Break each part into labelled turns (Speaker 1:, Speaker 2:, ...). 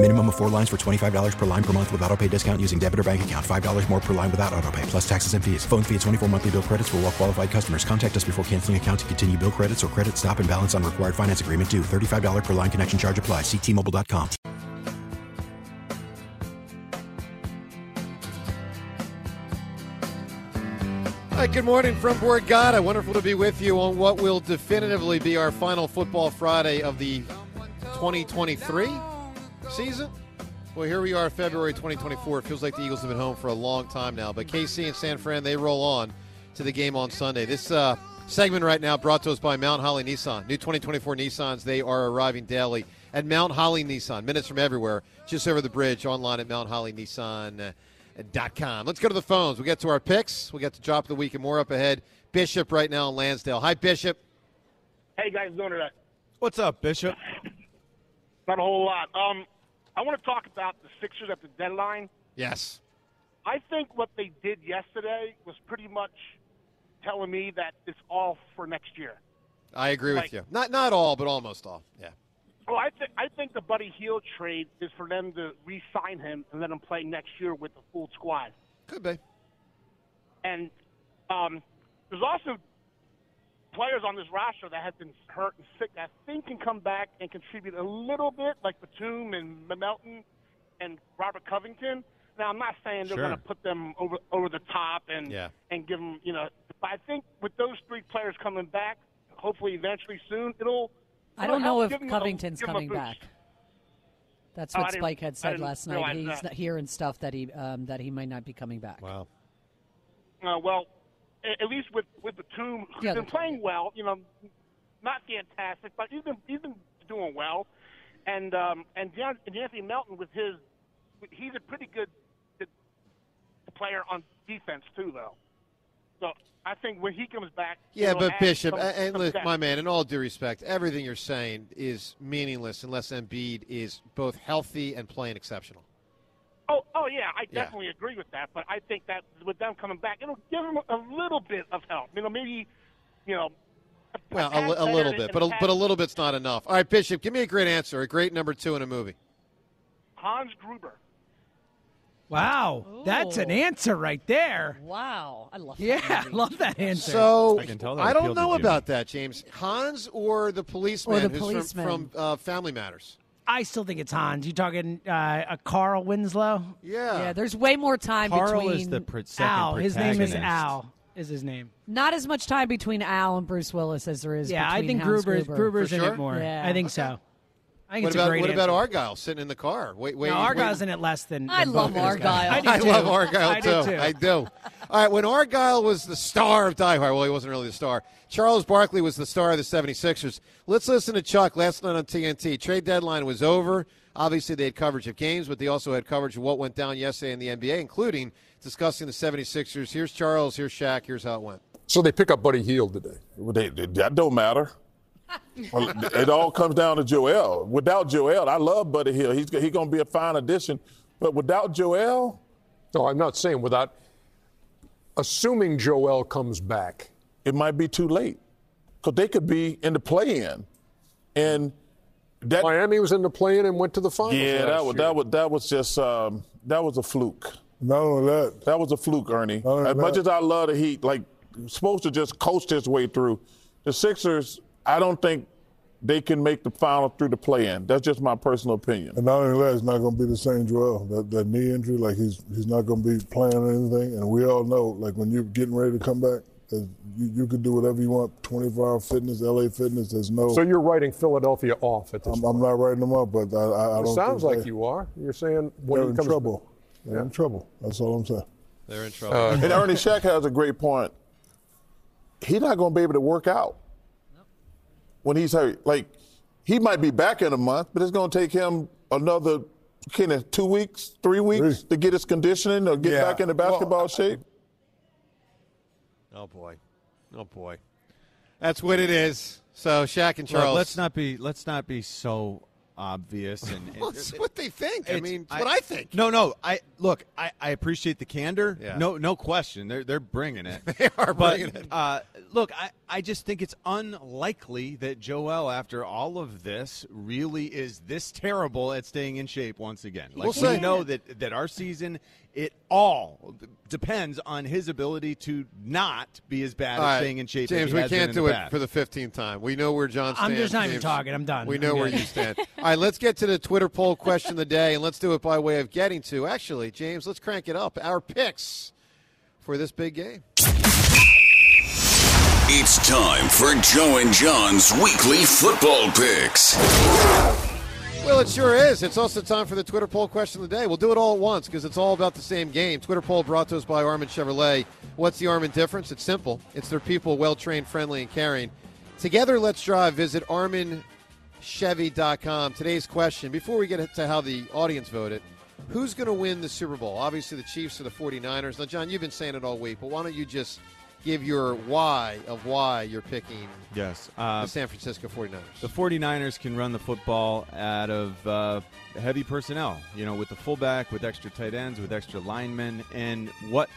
Speaker 1: Minimum of four lines for $25 per line per month with auto pay discount using debit or bank account. $5 more per line without auto pay, plus taxes and fees. Phone fee at 24 monthly bill credits for all well qualified customers. Contact us before canceling account to continue bill credits or credit stop and balance on required finance agreement due. $35 per line connection charge applies. Ctmobile.com.
Speaker 2: Hi, good morning from Borgata. Wonderful to be with you on what will definitively be our final Football Friday of the 2023 season. Well, here we are, February 2024. It feels like the Eagles have been home for a long time now. But KC and San Fran, they roll on to the game on Sunday. This uh, segment right now brought to us by Mount Holly Nissan. New 2024 Nissans, they are arriving daily at Mount Holly Nissan, minutes from everywhere, just over the bridge, online at mounthollynissan.com. Let's go to the phones. We'll get to our picks. We'll get to drop of the week and more up ahead. Bishop right now in Lansdale. Hi, Bishop.
Speaker 3: Hey guys, doing today?
Speaker 4: What's up, Bishop?
Speaker 3: Not a whole lot. Um, I want to talk about the Sixers at the deadline.
Speaker 2: Yes.
Speaker 3: I think what they did yesterday was pretty much telling me that it's all for next year.
Speaker 2: I agree with
Speaker 3: Like-
Speaker 2: you. Not not all, but almost all. Yeah.
Speaker 3: Well, Oh, I think I think the Buddy Heel trade is for them to re-sign him and let him play next year with the full squad.
Speaker 2: Could be.
Speaker 3: And um, there's also players on this roster that have been hurt and sick that I think can come back and contribute a little bit, like Batum and Melton and Robert Covington. Now, I'm not saying they're
Speaker 2: Sure.
Speaker 3: going to put them over over the top and
Speaker 2: Yeah.
Speaker 3: and give them, you know. But I think with those three players coming back, hopefully eventually soon, it'll.
Speaker 5: I
Speaker 3: it'll
Speaker 5: don't know
Speaker 3: help
Speaker 5: if
Speaker 3: give 'em a-
Speaker 5: Covington's
Speaker 3: give 'em a
Speaker 5: coming
Speaker 3: boost.
Speaker 5: back. That's
Speaker 3: Oh, I
Speaker 5: what
Speaker 3: didn't-
Speaker 5: Spike had
Speaker 3: I
Speaker 5: said
Speaker 3: didn't
Speaker 5: last night.
Speaker 3: realize
Speaker 5: He's
Speaker 3: that.
Speaker 5: not hearing stuff that he um, that he might not be coming back.
Speaker 2: Wow.
Speaker 3: Uh, well, a- at least with with Batum, who's
Speaker 5: Yeah,
Speaker 3: been
Speaker 5: that's-
Speaker 3: playing well. You know, not fantastic, but he's been he's been doing well. And um, and Deon- and Anthony Melton with his, he's a pretty good d- player on defense too, though. So I think when he comes back,
Speaker 2: Yeah,
Speaker 3: it'll
Speaker 2: but
Speaker 3: add
Speaker 2: Bishop,
Speaker 3: some-
Speaker 2: a- and
Speaker 3: some
Speaker 2: look,
Speaker 3: depth.
Speaker 2: my man, in all due respect, everything you're saying is meaningless unless Embiid is both healthy and playing exceptional.
Speaker 3: Oh, oh yeah, I
Speaker 2: Yeah.
Speaker 3: definitely agree with that. But I think that with them coming back, it'll give them a little bit of help. You know, maybe, you know, a- a
Speaker 2: Well,
Speaker 3: tad
Speaker 2: a, li- a
Speaker 3: better
Speaker 2: little
Speaker 3: than-
Speaker 2: bit,
Speaker 3: than
Speaker 2: but a,
Speaker 3: tad
Speaker 2: but a little bit's not enough. All right, Bishop, give me a great answer, a great number two in a movie.
Speaker 3: Hans Gruber.
Speaker 4: Wow, that's an
Speaker 5: Ooh.
Speaker 4: answer right there.
Speaker 5: Wow, I love.
Speaker 4: Yeah,
Speaker 5: that movie.
Speaker 4: love that answer.
Speaker 2: So I,
Speaker 6: I can tell that
Speaker 2: don't
Speaker 6: appealed to
Speaker 2: know
Speaker 6: Jimmy.
Speaker 2: about that, James. Hans or the policeman
Speaker 5: the
Speaker 2: who's
Speaker 5: policeman.
Speaker 2: from, from uh, Family Matters?
Speaker 4: I still think it's Hans. You talking uh, a Carl Winslow?
Speaker 2: Yeah.
Speaker 5: Yeah, there's way more time
Speaker 6: Carl
Speaker 5: between
Speaker 6: is the pr- second
Speaker 4: Al. His name is
Speaker 6: protagonist.
Speaker 4: Al. Is his name?
Speaker 5: not as much time between Al and Bruce Willis as there is.
Speaker 4: yeah, I
Speaker 5: between
Speaker 4: think
Speaker 5: Hans
Speaker 4: Gruber's
Speaker 5: Gruber.
Speaker 4: Gruber's
Speaker 2: For
Speaker 4: in
Speaker 2: sure?
Speaker 4: it more.
Speaker 5: Yeah.
Speaker 4: I think so. I think
Speaker 2: what
Speaker 4: it's
Speaker 2: about
Speaker 4: a great
Speaker 2: what about
Speaker 4: answer.
Speaker 2: Argyle sitting in the car? Wait, wait,
Speaker 4: No,
Speaker 2: wait-
Speaker 4: Argyle's in it less than.
Speaker 5: I
Speaker 4: than
Speaker 5: love
Speaker 4: both those guys.
Speaker 5: Argyle.
Speaker 4: I
Speaker 2: I
Speaker 4: do
Speaker 2: love
Speaker 4: too.
Speaker 2: Argyle
Speaker 4: I
Speaker 2: too.
Speaker 4: do too.
Speaker 2: I do. All right, when Argyle was the star of Die Hard, well, he wasn't really the star. Charles Barkley was the star of the 76ers. Let's listen to Chuck last night on TNT. Trade deadline was over. Obviously, they had coverage of games, but they also had coverage of what went down yesterday in the NBA, including discussing the 76ers. Here's Charles, here's Shaq, here's how it went.
Speaker 7: So they pick up Buddy Hield today. Well, they- they- that don't matter. Well, it all comes down to Joel. Without Joel, I love Buddy Hill. He's he's going to be a fine addition, but without Joel,
Speaker 8: No, I'm not saying without. Assuming Joel comes back,
Speaker 7: it might be too late because they could be in the play-in, and that
Speaker 8: Miami was in the play-in and went to the finals.
Speaker 7: yeah,
Speaker 8: last
Speaker 7: that was
Speaker 8: year.
Speaker 7: that was that was just um, that was a fluke.
Speaker 6: No, look.
Speaker 7: That was a fluke, Ernie.
Speaker 6: No, no,
Speaker 7: as much
Speaker 6: no.
Speaker 7: as I love the Heat, like supposed to just coast his way through. The Sixers, I don't think they can make the final through the play-in. That's just my personal opinion.
Speaker 6: And not only that, it's not going to be the same Joel. That, that knee injury, like he's he's not going to be playing or anything. And we all know, like when you're getting ready to come back, that you, you can do whatever you want. 24 Hour Fitness, LA Fitness. There's no.
Speaker 8: So you're writing Philadelphia off at this
Speaker 6: I'm,
Speaker 8: point.
Speaker 6: I'm not writing them up, but I, I, I
Speaker 8: it
Speaker 6: don't.
Speaker 8: sounds
Speaker 6: think
Speaker 8: like
Speaker 6: they-
Speaker 8: you are. You're saying when
Speaker 6: They're
Speaker 8: he
Speaker 6: in
Speaker 8: comes-
Speaker 6: trouble. They're in trouble. That's all I'm saying.
Speaker 2: They're in trouble.
Speaker 7: and Ernie Shack has a great point. He's not going to be able to work out when he's hurt. Like, he might be back in a month, but it's going to take him another, kind of two weeks, three weeks to get his conditioning or get
Speaker 2: Yeah.
Speaker 7: back into basketball shape.
Speaker 2: Oh boy, oh boy, that's what it is. So Shaq and Charles.
Speaker 9: Look, let's not be let's not be so obvious and, and-
Speaker 2: Well, it's what they think. I
Speaker 9: It's-
Speaker 2: mean, it's what I think.
Speaker 9: No, no. I look. I, I appreciate the candor.
Speaker 2: Yeah.
Speaker 9: No, no question. They're they're bringing it.
Speaker 2: They are
Speaker 9: But,
Speaker 2: bringing it.
Speaker 9: Uh, look, I, I just think it's unlikely that Joel, after all of this, really is this terrible at staying in shape once again. Like
Speaker 2: We'll
Speaker 9: we
Speaker 2: see.
Speaker 9: know that that our season it all depends on his ability to not be as bad
Speaker 2: All
Speaker 9: at
Speaker 2: right,
Speaker 9: staying in shape. as
Speaker 2: James,
Speaker 9: he
Speaker 2: we
Speaker 9: has been
Speaker 2: can't
Speaker 9: in the
Speaker 2: do it
Speaker 9: past.
Speaker 2: for the 15th time. We know where John
Speaker 4: I'm
Speaker 2: stands.
Speaker 4: just not even
Speaker 2: James.
Speaker 4: talking. I'm done.
Speaker 2: We
Speaker 4: I'm
Speaker 2: know where
Speaker 4: good.
Speaker 2: you stand. All right, let's get to the Twitter poll question of the day, and let's do it by way of getting to. Actually, James, let's crank it up. Our picks for this big game.
Speaker 10: It's time for Joe and John's weekly football picks.
Speaker 2: Well, it sure is. It's also time for the Twitter poll question of the day. We'll do it all at once because it's all about the same game. Twitter poll brought to us by Armin Chevrolet. What's the Armin difference? It's simple. It's their people, well trained, friendly, and caring. Together, let's drive. Visit ArminChevy.com. Today's question, before we get to how the audience voted, who's going to win the Super Bowl? Obviously, the Chiefs or the 49ers. Now, John, you've been saying it all week, but why don't you just give your why of why you're picking
Speaker 9: Yes. Uh,
Speaker 2: the San Francisco 49ers?
Speaker 9: The 49ers can run the football out of uh, heavy personnel, you know, with the fullback, with extra tight ends, with extra linemen, and what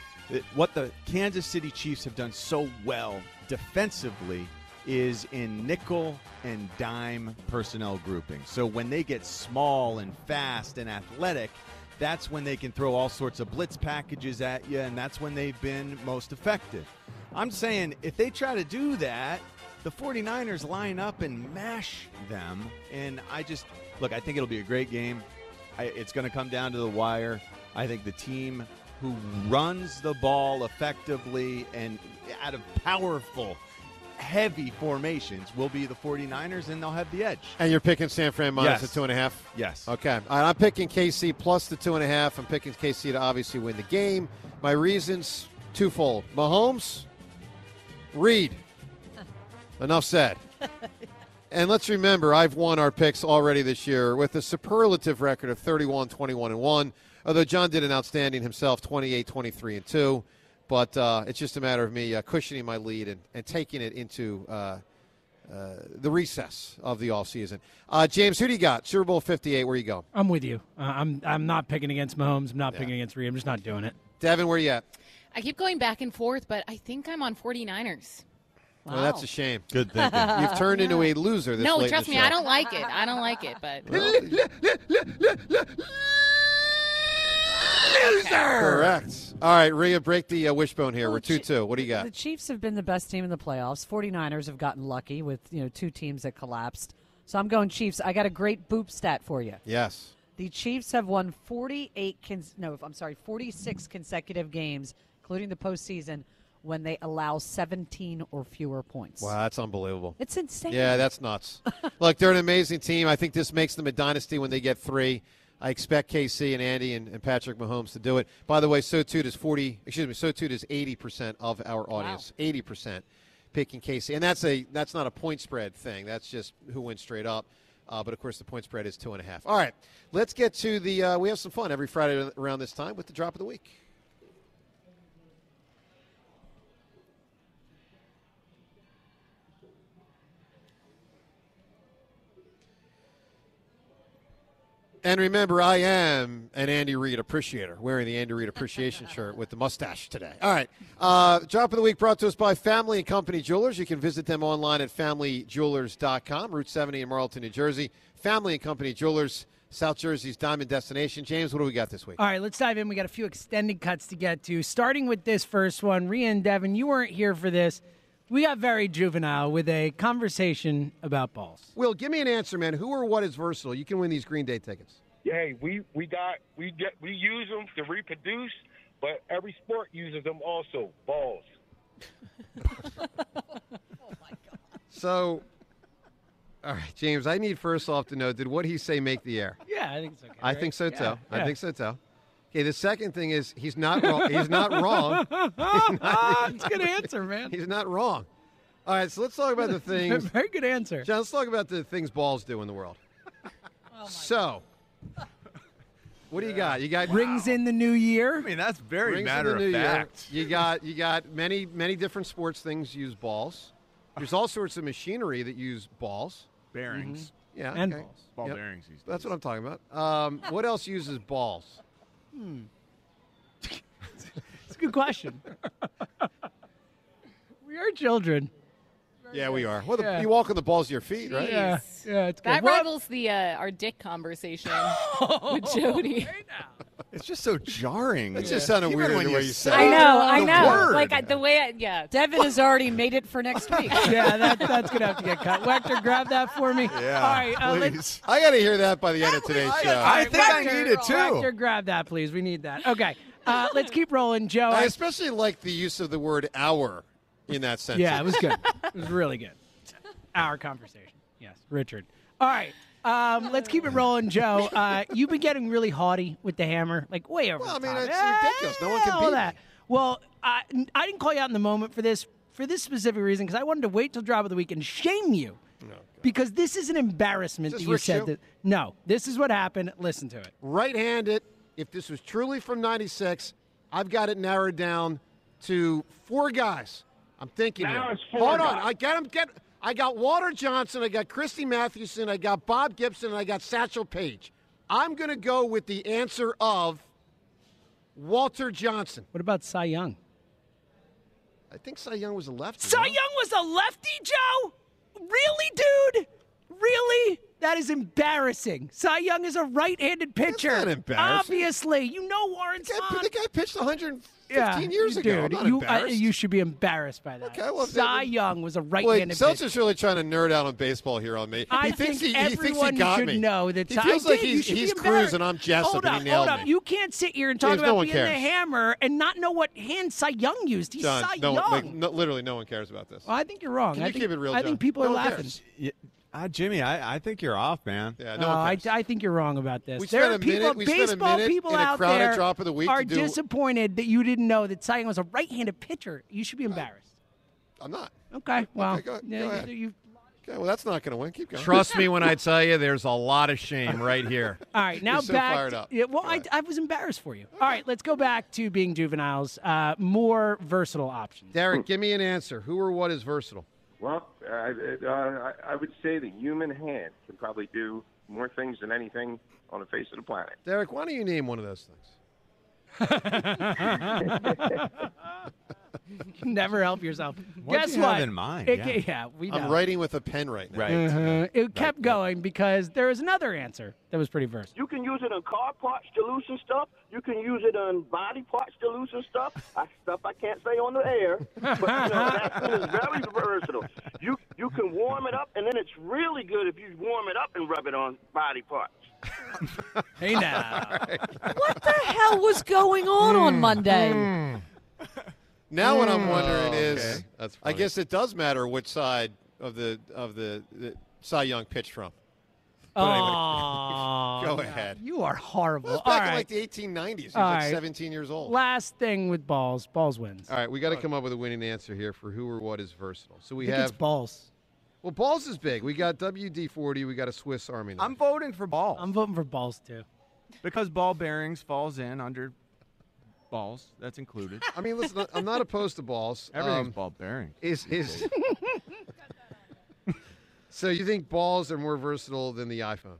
Speaker 9: what the Kansas City Chiefs have done so well defensively is in nickel and dime personnel grouping. So when they get small and fast and athletic, that's when they can throw all sorts of blitz packages at you, and that's when they've been most effective. I'm saying if they try to do that, the 49ers line up and mash them. And I just look, I think it'll be a great game. I, it's going to come down to the wire. I think the team who runs the ball effectively and out of powerful, heavy formations will be the 49ers, and they'll have the edge.
Speaker 2: And you're picking San Fran minus
Speaker 9: Yes.
Speaker 2: the two and a half?
Speaker 9: Yes.
Speaker 2: Okay. All right, I'm picking KC plus the two and a half. I'm picking KC to obviously win the game. My reasons twofold. Mahomes, Reed. Enough said. and let's remember, I've won our picks already this year with a superlative record of 31, 21, and 1. Although John did an outstanding himself, 28, 23, and 2. But uh, it's just a matter of me uh, cushioning my lead and, and taking it into uh, uh, the recess of the offseason. Uh, James, who do you got? Super Bowl 58, where you go?
Speaker 4: I'm with you. Uh, I'm I'm not picking against Mahomes. I'm not picking against Reed. I'm just not doing it.
Speaker 2: Devin, where you at?
Speaker 11: I keep going back and forth, but I think I'm on 49ers.
Speaker 2: Well, that's a shame.
Speaker 9: Good
Speaker 11: thinking.
Speaker 2: Oh. You've turned into a loser this
Speaker 11: no,
Speaker 2: late in
Speaker 11: trust
Speaker 2: the
Speaker 11: me,
Speaker 2: show.
Speaker 11: I don't like it. I don't like it, but
Speaker 2: Loser! Correct. All right, Rhea, break the uh, wishbone
Speaker 11: Oh,
Speaker 2: here. We're 2 2. What do you got?
Speaker 5: The Chiefs have been the best team in the playoffs. 49ers have gotten lucky with, you know, two teams that collapsed. So I'm going Chiefs. I got a great boop stat for you.
Speaker 2: Yes.
Speaker 5: The Chiefs have won 48 cons- no, I'm sorry, 46 consecutive games, including the postseason, when they allow 17 or fewer points.
Speaker 2: Wow, that's unbelievable.
Speaker 5: It's insane.
Speaker 2: Yeah, that's nuts. Look, they're an amazing team. I think this makes them a dynasty when they get three. I expect KC and Andy and, and Patrick Mahomes to do it. By the way, so too does forty. Excuse me, so too does eighty percent of our audience. Eighty percent picking KC, and that's a that's not a point spread thing. That's just who went straight up. Uh, but of course, the point spread is two and a half. All right, let's get to the. Uh, we have some fun every Friday around this time with the drop of the week. And remember, I am an Andy Reid appreciator, wearing the Andy Reid appreciation shirt with the mustache today. All right. Uh, Drop of the week brought to us by Family and Company Jewelers. You can visit them online at familyjewelers.com, Route 70 in Marlton, New Jersey. Family and Company Jewelers, South Jersey's diamond destination. James, what do we got this week?
Speaker 4: All right, let's dive in. We got a few extended cuts to get to. Starting with this first one, Rhea and Devin, you weren't here for this. We got very juvenile with a conversation about balls.
Speaker 2: Will, give me an answer, man. Who or what is versatile? You can win these Green Day tickets.
Speaker 12: hey, we we got we get we use them to reproduce, but every sport uses them also. Balls.
Speaker 2: So, all right, James, I need first off to know did what he say make the air?
Speaker 4: Yeah, I think it's okay.
Speaker 2: I think so too.
Speaker 4: Yeah,
Speaker 2: I
Speaker 4: yeah.
Speaker 2: think so too. Okay, the second thing is he's not wrong. He's not wrong. He's not,
Speaker 4: It's a good answer, man.
Speaker 2: He's not wrong. All right, so let's talk about the things.
Speaker 4: Very good answer. Oh
Speaker 2: John, let's talk about the things balls do in the world. so, what do you got? You got
Speaker 4: Rings in the new year. I
Speaker 9: mean, that's very
Speaker 2: Rings in the new year. You got you got many many different sports things use balls. There's all sorts of machinery that use balls,
Speaker 9: Bearings.
Speaker 2: Mhm. Yeah,
Speaker 9: And
Speaker 2: okay.
Speaker 9: balls. Ball
Speaker 2: Yep.
Speaker 9: bearings these
Speaker 2: That's what I'm talking about. Um, what else uses balls?
Speaker 4: Hmm. it's a good question. we are children.
Speaker 2: Yeah, we are. Well, the,
Speaker 4: Yeah.
Speaker 2: you walk on the balls of your feet, right?
Speaker 4: Yeah, yeah, it's good.
Speaker 11: That
Speaker 4: Well,
Speaker 11: rivals the uh, our dick conversation with Jody.
Speaker 9: It's just so jarring.
Speaker 2: It just sounded
Speaker 9: Even
Speaker 2: weird
Speaker 9: when
Speaker 2: the
Speaker 9: you
Speaker 2: way you
Speaker 9: say
Speaker 2: said it.
Speaker 9: it. The word.
Speaker 11: Like I, the way, I, yeah.
Speaker 5: Devin has already made it for next week.
Speaker 4: yeah, that, that's gonna have to get cut. Wector, grab that for me. All right, uh, let's-
Speaker 2: I got to hear that by the end of today's show.
Speaker 4: All right, Wector, Wector, grab that, please. We need that. Okay, uh, let's keep rolling, Joe.
Speaker 2: I
Speaker 4: I-
Speaker 2: especially like the use of the word hour in that sentence.
Speaker 4: yeah, it was good. It was really good. Our conversation. Yes, Richard. All right. Um, let's keep it rolling, Joe. Uh, you've been getting really haughty with the hammer, like way over.
Speaker 2: Well, I
Speaker 4: the
Speaker 2: mean,
Speaker 4: top.
Speaker 2: it's ridiculous. No one can
Speaker 4: all
Speaker 2: beat me.
Speaker 4: that. Well, I, I didn't call you out in the moment for this for this specific reason because I wanted to wait till drop of the week and shame you because this is an embarrassment
Speaker 2: Is
Speaker 4: that
Speaker 2: this
Speaker 4: you
Speaker 2: Rick
Speaker 4: said
Speaker 2: Shoe?
Speaker 4: that. No, this is what happened. Listen to it.
Speaker 2: Right handed, if this was truly from 96, I've got it narrowed down to four guys. I'm thinking.
Speaker 3: Now
Speaker 2: here.
Speaker 3: it's four
Speaker 2: Hold on.
Speaker 3: guys.
Speaker 2: I got 'em- Get, I got Walter Johnson. I got Christy Mathewson. I got Bob Gibson. And I got Satchel Paige. I'm going to go with the answer of Walter Johnson.
Speaker 4: What about Cy Young?
Speaker 2: I think Cy Young was a lefty.
Speaker 4: Cy
Speaker 2: huh?
Speaker 4: Young was a lefty, Joe? Really, dude? Really? That is embarrassing. Cy Young is a right-handed pitcher.
Speaker 2: not embarrassing.
Speaker 4: Obviously, you know Warren
Speaker 2: The guy-
Speaker 4: Spahn.
Speaker 2: the guy pitched 115
Speaker 4: yeah,
Speaker 2: years
Speaker 4: dude,
Speaker 2: ago. I'm not
Speaker 4: you, uh,
Speaker 2: embarrassed.
Speaker 4: you should be embarrassed by that.
Speaker 2: Okay, well,
Speaker 4: Cy
Speaker 2: then-
Speaker 4: Young was a
Speaker 2: Wait,
Speaker 4: right-handed pitcher.
Speaker 2: Seltzer's really trying to nerd out on baseball here on me.
Speaker 4: I
Speaker 2: he thinks
Speaker 4: think
Speaker 2: he, he thinks he
Speaker 4: everyone
Speaker 2: got
Speaker 4: should
Speaker 2: me.
Speaker 4: know that
Speaker 2: he
Speaker 4: Cy-
Speaker 2: feels
Speaker 4: I
Speaker 2: like
Speaker 4: did.
Speaker 2: he's,
Speaker 4: You should be
Speaker 2: he's Cruz
Speaker 4: embarrassed.
Speaker 2: and I'm Jessup,
Speaker 4: Hold
Speaker 2: and
Speaker 4: up,
Speaker 2: he nailed
Speaker 4: hold up.
Speaker 2: me.
Speaker 4: You can't sit here and talk
Speaker 2: James, no
Speaker 4: about
Speaker 2: one
Speaker 4: being the
Speaker 2: cares.
Speaker 4: hammer and not know what hand Cy Young used. He's
Speaker 2: John,
Speaker 4: Cy
Speaker 2: no,
Speaker 4: Young.
Speaker 2: one- like, no- literally no one cares about this.
Speaker 4: well, I think you're wrong.
Speaker 2: Can
Speaker 4: I
Speaker 2: you
Speaker 4: think,
Speaker 2: keep it real,
Speaker 4: I
Speaker 2: John?
Speaker 4: think people
Speaker 2: No
Speaker 4: are
Speaker 2: one
Speaker 4: laughing.
Speaker 2: cares.
Speaker 9: Yeah, uh, Jimmy, I, I think you're off, man.
Speaker 2: Yeah, no
Speaker 4: No,
Speaker 2: one
Speaker 4: Uh, I,
Speaker 2: cares.
Speaker 4: I think you're wrong about this.
Speaker 2: We
Speaker 4: there
Speaker 2: spent
Speaker 4: are
Speaker 2: a minute-
Speaker 4: people,
Speaker 2: we spent a
Speaker 4: baseball
Speaker 2: minute
Speaker 4: people
Speaker 2: in a
Speaker 4: out
Speaker 2: crowded
Speaker 4: there
Speaker 2: drop of the week
Speaker 4: are
Speaker 2: to do-
Speaker 4: disappointed that you didn't know that Cy Young was a right-handed pitcher. You should be embarrassed.
Speaker 2: I'm not.
Speaker 4: Okay, well,
Speaker 2: go- go
Speaker 4: yeah,
Speaker 2: ahead.
Speaker 4: you- you-
Speaker 2: Okay, well, that's not going to win. Keep going.
Speaker 4: Trust me
Speaker 2: when I tell you, there's a lot of shame right here.
Speaker 4: all right, now
Speaker 2: You're so
Speaker 4: back.
Speaker 2: fired
Speaker 4: to-
Speaker 2: up.
Speaker 4: Yeah, well, I, I was embarrassed for you. All right, let's go back to being juveniles. Uh, more versatile options.
Speaker 9: Hmm.
Speaker 2: Derek, give me an answer. Who or what is versatile?
Speaker 12: Hmm. Well, I, I- uh, I I would say the human hand can probably do more things than anything on the face of the planet.
Speaker 2: Derek, why don't you name one of those things?
Speaker 4: Never help yourself.
Speaker 9: What do
Speaker 4: Guess
Speaker 9: you
Speaker 4: what?
Speaker 9: have in mind?
Speaker 4: It-
Speaker 9: Yeah.
Speaker 4: we.
Speaker 2: I'm
Speaker 4: know.
Speaker 2: writing with a pen right now.
Speaker 9: Right.
Speaker 4: Uh-huh. It kept going because there was another answer that was pretty versatile.
Speaker 13: You can use it on car parts to loosen stuff. You can use it on body parts to loosen stuff. I, stuff I can't say on the air. But you know, Vaseline is very versatile. You you can warm it up, and then it's really good if you warm it up and rub it on body parts.
Speaker 4: Hey now,
Speaker 5: What the hell was going on on Monday?
Speaker 2: Hmm. Now what I'm wondering is,
Speaker 9: Oh, okay. That's
Speaker 2: I
Speaker 9: funny.
Speaker 2: guess it does matter which side of the of the, the Cy Young pitched from. But
Speaker 4: Aw,
Speaker 2: go
Speaker 4: no.
Speaker 2: ahead.
Speaker 4: you are horrible.
Speaker 2: Well, it's
Speaker 4: All
Speaker 2: back in
Speaker 4: right.
Speaker 2: like the 1890s. He was
Speaker 4: All
Speaker 2: like
Speaker 4: right.
Speaker 2: 17 years old.
Speaker 4: Last thing with balls. Balls wins.
Speaker 2: All right, we got to come up with a winning answer here for who or what is versatile. So we
Speaker 4: I think
Speaker 2: have
Speaker 4: it's balls.
Speaker 2: well, balls is big. We got WD-40. We got a Swiss Army knife.
Speaker 9: I'm voting for ball
Speaker 4: I'm voting for balls too.
Speaker 9: because ball bearings falls in under balls. That's included.
Speaker 2: I mean, listen, I'm not opposed to balls.
Speaker 9: Everything's
Speaker 2: Um,
Speaker 9: ball bearing.
Speaker 2: is is. so you think balls are more versatile than the iPhone?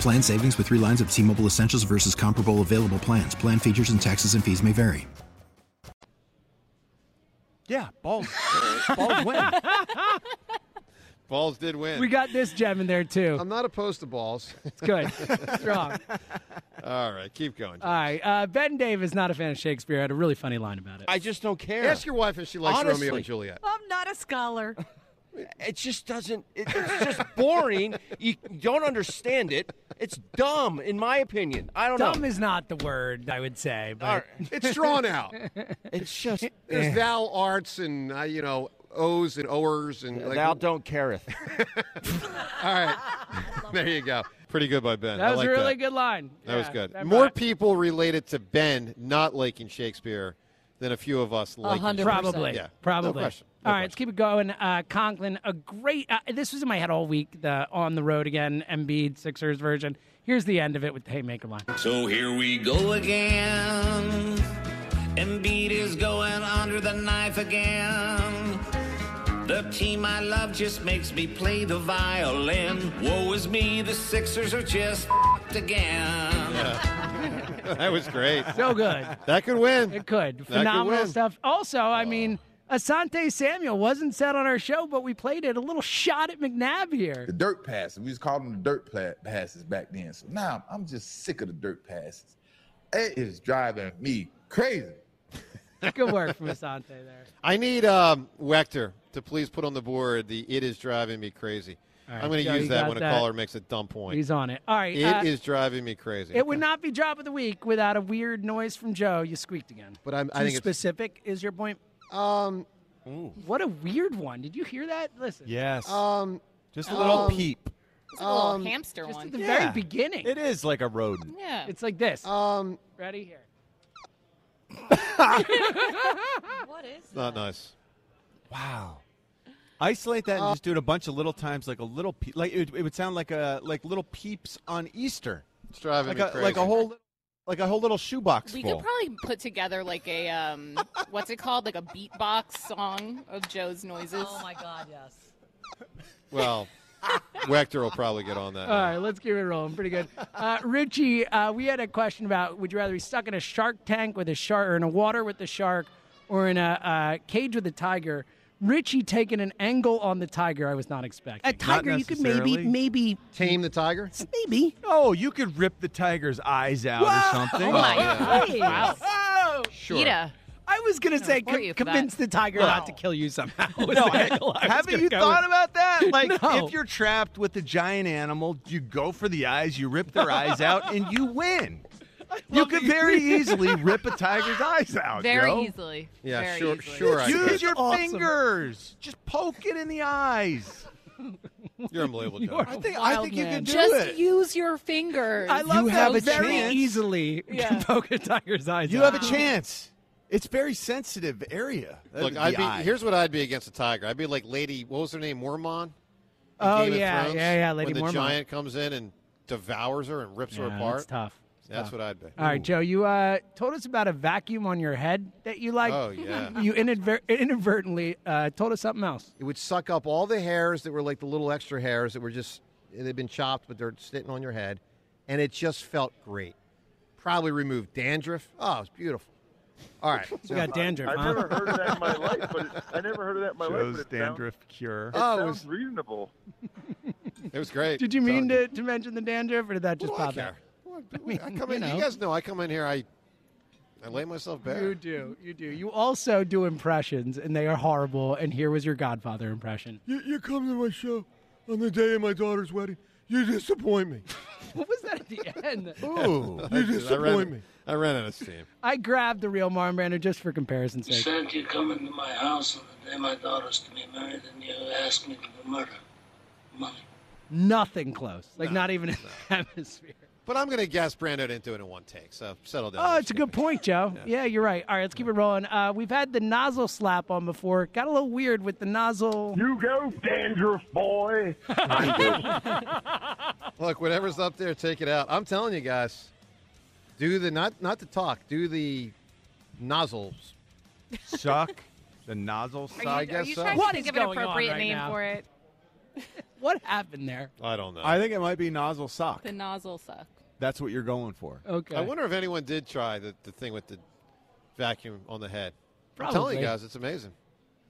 Speaker 1: Plan savings with three lines of T Mobile Essentials versus comparable available plans. Plan features and taxes and fees may vary.
Speaker 9: Yeah, balls.
Speaker 2: balls win. balls did win.
Speaker 4: We got this gem in there too.
Speaker 2: I'm not opposed to balls.
Speaker 4: It's good. it's wrong.
Speaker 2: All right, keep going.
Speaker 4: All right. Uh, ben Dave is not a fan of Shakespeare. I had a really funny line about it.
Speaker 14: I just don't care.
Speaker 2: Ask your wife if she likes
Speaker 14: Honestly.
Speaker 2: Romeo and Juliet.
Speaker 5: I'm not a scholar.
Speaker 14: It just doesn't. It, it's just boring. You don't understand it. It's dumb, in my opinion. I don't
Speaker 4: Dumb
Speaker 14: know.
Speaker 4: is not the word I would say, but
Speaker 2: It's drawn out.
Speaker 14: It's just
Speaker 2: There's
Speaker 14: eh.
Speaker 2: thou arts and uh, you know O's and O'ers and like,
Speaker 14: thou don't careth.
Speaker 2: All right, there you go. Pretty good by Ben.
Speaker 4: that
Speaker 2: I
Speaker 4: was
Speaker 2: like
Speaker 4: a really
Speaker 2: that.
Speaker 4: good line.
Speaker 2: That was
Speaker 4: Yeah,
Speaker 2: good.
Speaker 4: that
Speaker 2: More
Speaker 4: brought-
Speaker 2: people related to Ben not liking Shakespeare than a few of us like
Speaker 4: Probably.
Speaker 2: Yeah,
Speaker 4: Probably.
Speaker 2: No question.
Speaker 4: All right, let's keep it going. Uh, Conklin, a great. Uh, this was in my head all week. The on the road again, Embiid Sixers version. Here's the end of it with the haymaker line.
Speaker 15: So here we go again. Embiid is going under the knife again. The team I love just makes me play the violin. Woe is me, the Sixers are just f***ed again.
Speaker 2: that was great.
Speaker 4: So good.
Speaker 2: That could win.
Speaker 4: It could.
Speaker 2: That could
Speaker 4: Phenomenal
Speaker 2: win. Oh.
Speaker 4: stuff. Also, I mean, Asante Samuel wasn't said on our show, but we played it. A little shot at McNabb here.
Speaker 16: The dirt passes. We just called them the dirt pla- passes back then. So now I'm just sick of the dirt passes. It is driving me crazy.
Speaker 4: Good work from Asante there.
Speaker 2: I need um, Wechter to please put on the board the "It is driving me crazy."
Speaker 4: All right,
Speaker 2: I'm going
Speaker 4: Joe,
Speaker 2: to
Speaker 4: you
Speaker 2: use that
Speaker 4: got
Speaker 2: when
Speaker 4: that.
Speaker 2: a caller makes a dumb point.
Speaker 4: He's on it. All right,
Speaker 2: It is
Speaker 4: uh,
Speaker 2: driving me crazy.
Speaker 4: It would not be drop of the week without a weird noise from Joe. You squeaked again.
Speaker 2: But I'm-
Speaker 4: Too
Speaker 2: I think it's-
Speaker 4: specific is your point.
Speaker 2: Um,
Speaker 4: what a weird one. Did you hear that? Listen.
Speaker 9: Yes.
Speaker 2: Um,
Speaker 9: just a little
Speaker 4: um,
Speaker 9: peep.
Speaker 4: It's
Speaker 11: a little hamster
Speaker 4: just
Speaker 11: one.
Speaker 4: At the
Speaker 9: Yeah.
Speaker 4: very beginning.
Speaker 9: It is like a rodent.
Speaker 11: Yeah.
Speaker 4: It's like this.
Speaker 2: Um,
Speaker 4: Ready here.
Speaker 11: what is
Speaker 2: Not nice.
Speaker 9: Wow. Isolate
Speaker 2: Uh,
Speaker 9: that and just do it a bunch of little times, like a little pe- like it, would- it would sound like a like little peeps on Easter.
Speaker 2: It's driving
Speaker 9: like
Speaker 2: me
Speaker 9: a,
Speaker 2: crazy.
Speaker 9: Like a whole like a whole little shoebox
Speaker 11: We
Speaker 9: full.
Speaker 11: could probably put together like a um, what's it called? Like a beatbox song of Joe's noises. Oh my god, yes.
Speaker 2: Well, Wechter will probably get on that.
Speaker 4: All right, let's keep it rolling. Pretty good. Uh, Richie, uh, we had a question about would you rather be stuck in a shark tank with a shark, or in a water with a shark, or in a uh, cage with a tiger? Richie taking an angle on the tiger I was not expecting.
Speaker 17: A tiger, you could maybe, maybe
Speaker 2: tame the tiger.
Speaker 17: Maybe.
Speaker 9: Oh, you could rip the tiger's eyes out or something.
Speaker 17: Oh my
Speaker 4: Wow.
Speaker 9: Sure. Peeta.
Speaker 4: I was going to say
Speaker 17: for you
Speaker 4: co-
Speaker 17: for that.
Speaker 4: convince the tiger
Speaker 9: Wow.
Speaker 4: not to kill you somehow. was
Speaker 9: No,
Speaker 4: the angle I was
Speaker 9: haven't
Speaker 4: gonna
Speaker 9: you
Speaker 4: go
Speaker 9: thought
Speaker 4: with.
Speaker 9: about that? Like,
Speaker 4: No.
Speaker 9: if you're trapped with a giant animal, you go for the eyes, you rip their eyes out, and you win. You could very easily rip a tiger's eyes
Speaker 4: Oh,
Speaker 9: out.
Speaker 11: Very
Speaker 9: Joe.
Speaker 11: easily.
Speaker 2: Yeah,
Speaker 11: Very
Speaker 2: sure,
Speaker 11: easily.
Speaker 2: sure. I
Speaker 9: Use
Speaker 2: could.
Speaker 9: your fingers. Just poke it in the eyes.
Speaker 2: You're unbelievable. Joe.
Speaker 9: I think I think you can do
Speaker 11: Just
Speaker 9: it.
Speaker 11: use your fingers.
Speaker 4: I love
Speaker 9: You
Speaker 4: that
Speaker 9: have a
Speaker 4: very
Speaker 9: chance.
Speaker 4: easily can
Speaker 11: Yeah.
Speaker 4: poke a tiger's eyes
Speaker 9: You
Speaker 4: out.
Speaker 9: have a chance. It's very sensitive area.
Speaker 2: Look,
Speaker 9: the
Speaker 2: I'd be,
Speaker 9: eye.
Speaker 2: here's what I'd be against a tiger. I'd be like Lady, what was her name, Mormon? in
Speaker 4: Oh,
Speaker 2: Game of
Speaker 4: yeah,
Speaker 2: Thrones,
Speaker 4: yeah, yeah, Lady
Speaker 2: when the
Speaker 4: Mormont.
Speaker 2: giant comes in and devours her and rips her
Speaker 4: Yeah, that's
Speaker 2: apart.
Speaker 4: tough. It's
Speaker 2: That's
Speaker 4: tough.
Speaker 2: what I'd be.
Speaker 4: All right, Joe, you uh, told us about a vacuum on your head that you like.
Speaker 2: Oh, yeah.
Speaker 4: You inadver- inadvertently uh, told us something else.
Speaker 2: It would suck up all the hairs that were like the little extra hairs that were just they've been chopped, but they're sitting on your head, and it just felt great. Probably removed dandruff. Oh, it's beautiful. All right,
Speaker 4: You got dandruff,
Speaker 18: I've
Speaker 4: huh?
Speaker 18: never heard of that in my life, but it, I never heard of that in my life.
Speaker 9: Joe's
Speaker 18: But it
Speaker 9: dandruff cure.
Speaker 18: Sounds, it
Speaker 2: Oh, it
Speaker 18: sounds
Speaker 2: was-
Speaker 18: reasonable.
Speaker 2: It was great.
Speaker 4: Did you mean to, to mention the dandruff, or did that just
Speaker 2: do I
Speaker 4: pop out?
Speaker 2: care? I come
Speaker 4: you
Speaker 2: in. You,
Speaker 4: know.
Speaker 2: guys know I come in here. I I lay myself bare.
Speaker 4: You do, you do. You also do impressions, and they are horrible. And here was your Godfather impression.
Speaker 2: You, you come to my show on the day of my daughter's wedding. You disappoint me.
Speaker 4: What was that at the end?
Speaker 2: I did. I ran, I ran out of steam.
Speaker 4: I grabbed the real Marmbrander just for comparison's
Speaker 19: You
Speaker 4: sake.
Speaker 19: said you come into my house on the day my daughter's to be married, and you asked me to do murder. Money.
Speaker 4: Nothing close. Like, not even in the atmosphere.
Speaker 2: But I'm going to guess Brando didn't do it in one take, so settle down.
Speaker 4: Oh, it's a good point, Joe. Yeah. you're right. All right, let's keep it rolling. Uh, we've had the nozzle slap on before. Got a little weird with the nozzle.
Speaker 18: You go, dandruff boy.
Speaker 2: Look, whatever's up there, take it out. I'm telling you guys, do the not not the talk, do the nozzles.
Speaker 9: Suck the nozzle.
Speaker 11: Are you,
Speaker 2: I
Speaker 11: are
Speaker 2: guess
Speaker 11: you
Speaker 2: so.
Speaker 11: trying
Speaker 4: What
Speaker 11: to
Speaker 4: is
Speaker 11: give an
Speaker 4: going on
Speaker 11: appropriate
Speaker 4: right
Speaker 11: name
Speaker 4: now?
Speaker 11: for it?
Speaker 4: What happened there?
Speaker 2: I don't know.
Speaker 9: I think it might be nozzle sock.
Speaker 11: The nozzle suck.
Speaker 9: That's what you're going for.
Speaker 4: Okay.
Speaker 2: I wonder if anyone did try the, the thing with the vacuum on the head. I'm telling
Speaker 4: Probably.
Speaker 2: you guys, it's amazing.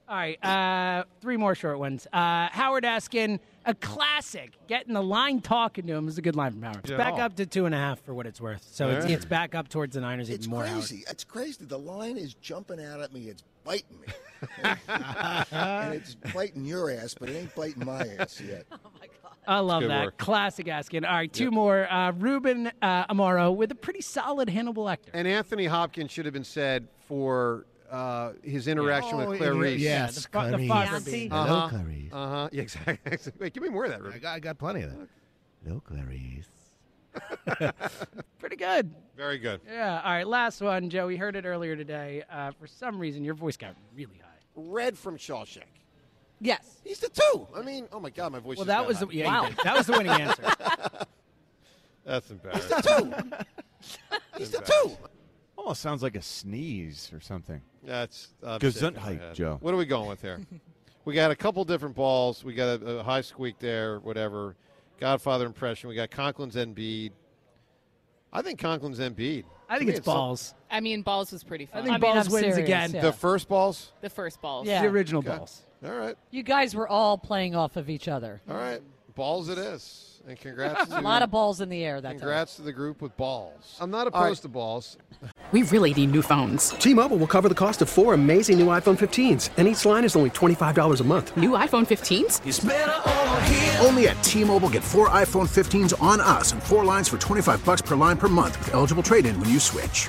Speaker 4: All right, uh, three more short ones. Uh, Howard asking a classic. Getting the line talking to him is a good line from Howard. It's
Speaker 20: Yeah.
Speaker 2: Oh.
Speaker 4: back up to two and a half for what it's worth. So it's,
Speaker 20: Yeah.
Speaker 4: it's back up towards the Niners even
Speaker 20: It's
Speaker 4: more. Howard.
Speaker 20: crazy. It's crazy. The line is jumping out at me. It's biting me. and it's biting your ass, but it ain't biting my ass yet.
Speaker 4: I love
Speaker 20: good
Speaker 4: that.
Speaker 20: work.
Speaker 4: Classic asking. All right, two more. Uh, Ruben uh, Amaro with a pretty solid Hannibal Lecter.
Speaker 2: And Anthony Hopkins should have been said for uh, his interaction
Speaker 4: Oh,
Speaker 2: with Claire
Speaker 4: yeah,
Speaker 2: Reese.
Speaker 4: yes, Yeah, the fa- the Clarice. father being-
Speaker 2: Uh-huh.
Speaker 4: Hello,
Speaker 2: Clarice. Uh huh. Yeah, exactly. Wait, give me more of that, Ruben. I got, I got plenty of that.
Speaker 21: No, Clarice.
Speaker 4: Pretty good.
Speaker 2: Very good.
Speaker 4: Yeah. All right, last one, Joe. We heard it earlier today. Uh, for some reason, your voice got really high.
Speaker 2: Red from Shawshank.
Speaker 5: Yes.
Speaker 2: He's the two. I mean, oh my God, my voice.
Speaker 4: Well,
Speaker 2: just
Speaker 4: that
Speaker 2: got
Speaker 4: was the,
Speaker 2: hot.
Speaker 4: yeah, you did. that was the winning answer.
Speaker 2: That's
Speaker 9: embarrassing.
Speaker 2: He's the
Speaker 9: two.
Speaker 2: He's the two.
Speaker 9: Almost sounds like a sneeze or something.
Speaker 2: That's I'm shaking my
Speaker 9: Gesundheit,
Speaker 2: head.
Speaker 9: Joe.
Speaker 2: What are we going with here? we got a couple different balls. We got a, a high squeak there, whatever. Godfather impression. We got Conklin's Embiid. I think Conklin's Embiid.
Speaker 4: I think
Speaker 2: To me,
Speaker 4: it's
Speaker 2: some-
Speaker 4: balls.
Speaker 11: I mean, balls was pretty fun.
Speaker 4: I think balls wins again.
Speaker 2: The first balls.
Speaker 11: The first balls.
Speaker 4: The original
Speaker 2: Okay.
Speaker 4: balls.
Speaker 2: All right.
Speaker 5: You guys were all playing off of each other.
Speaker 2: All right. Balls it is. And congrats.
Speaker 5: A
Speaker 2: to-
Speaker 5: lot of balls in the air that time.
Speaker 2: Congrats to the group with balls. I'm not
Speaker 5: All right.
Speaker 2: opposed to balls.
Speaker 22: We really need new phones.
Speaker 8: T-Mobile will cover the cost of four amazing new iPhone 15s, and each line is only $25 a month.
Speaker 22: New iPhone 15s?
Speaker 23: Only at T-Mobile, get four iPhone 15s on us and four lines for 25 bucks per line per month with eligible trade-in when you switch.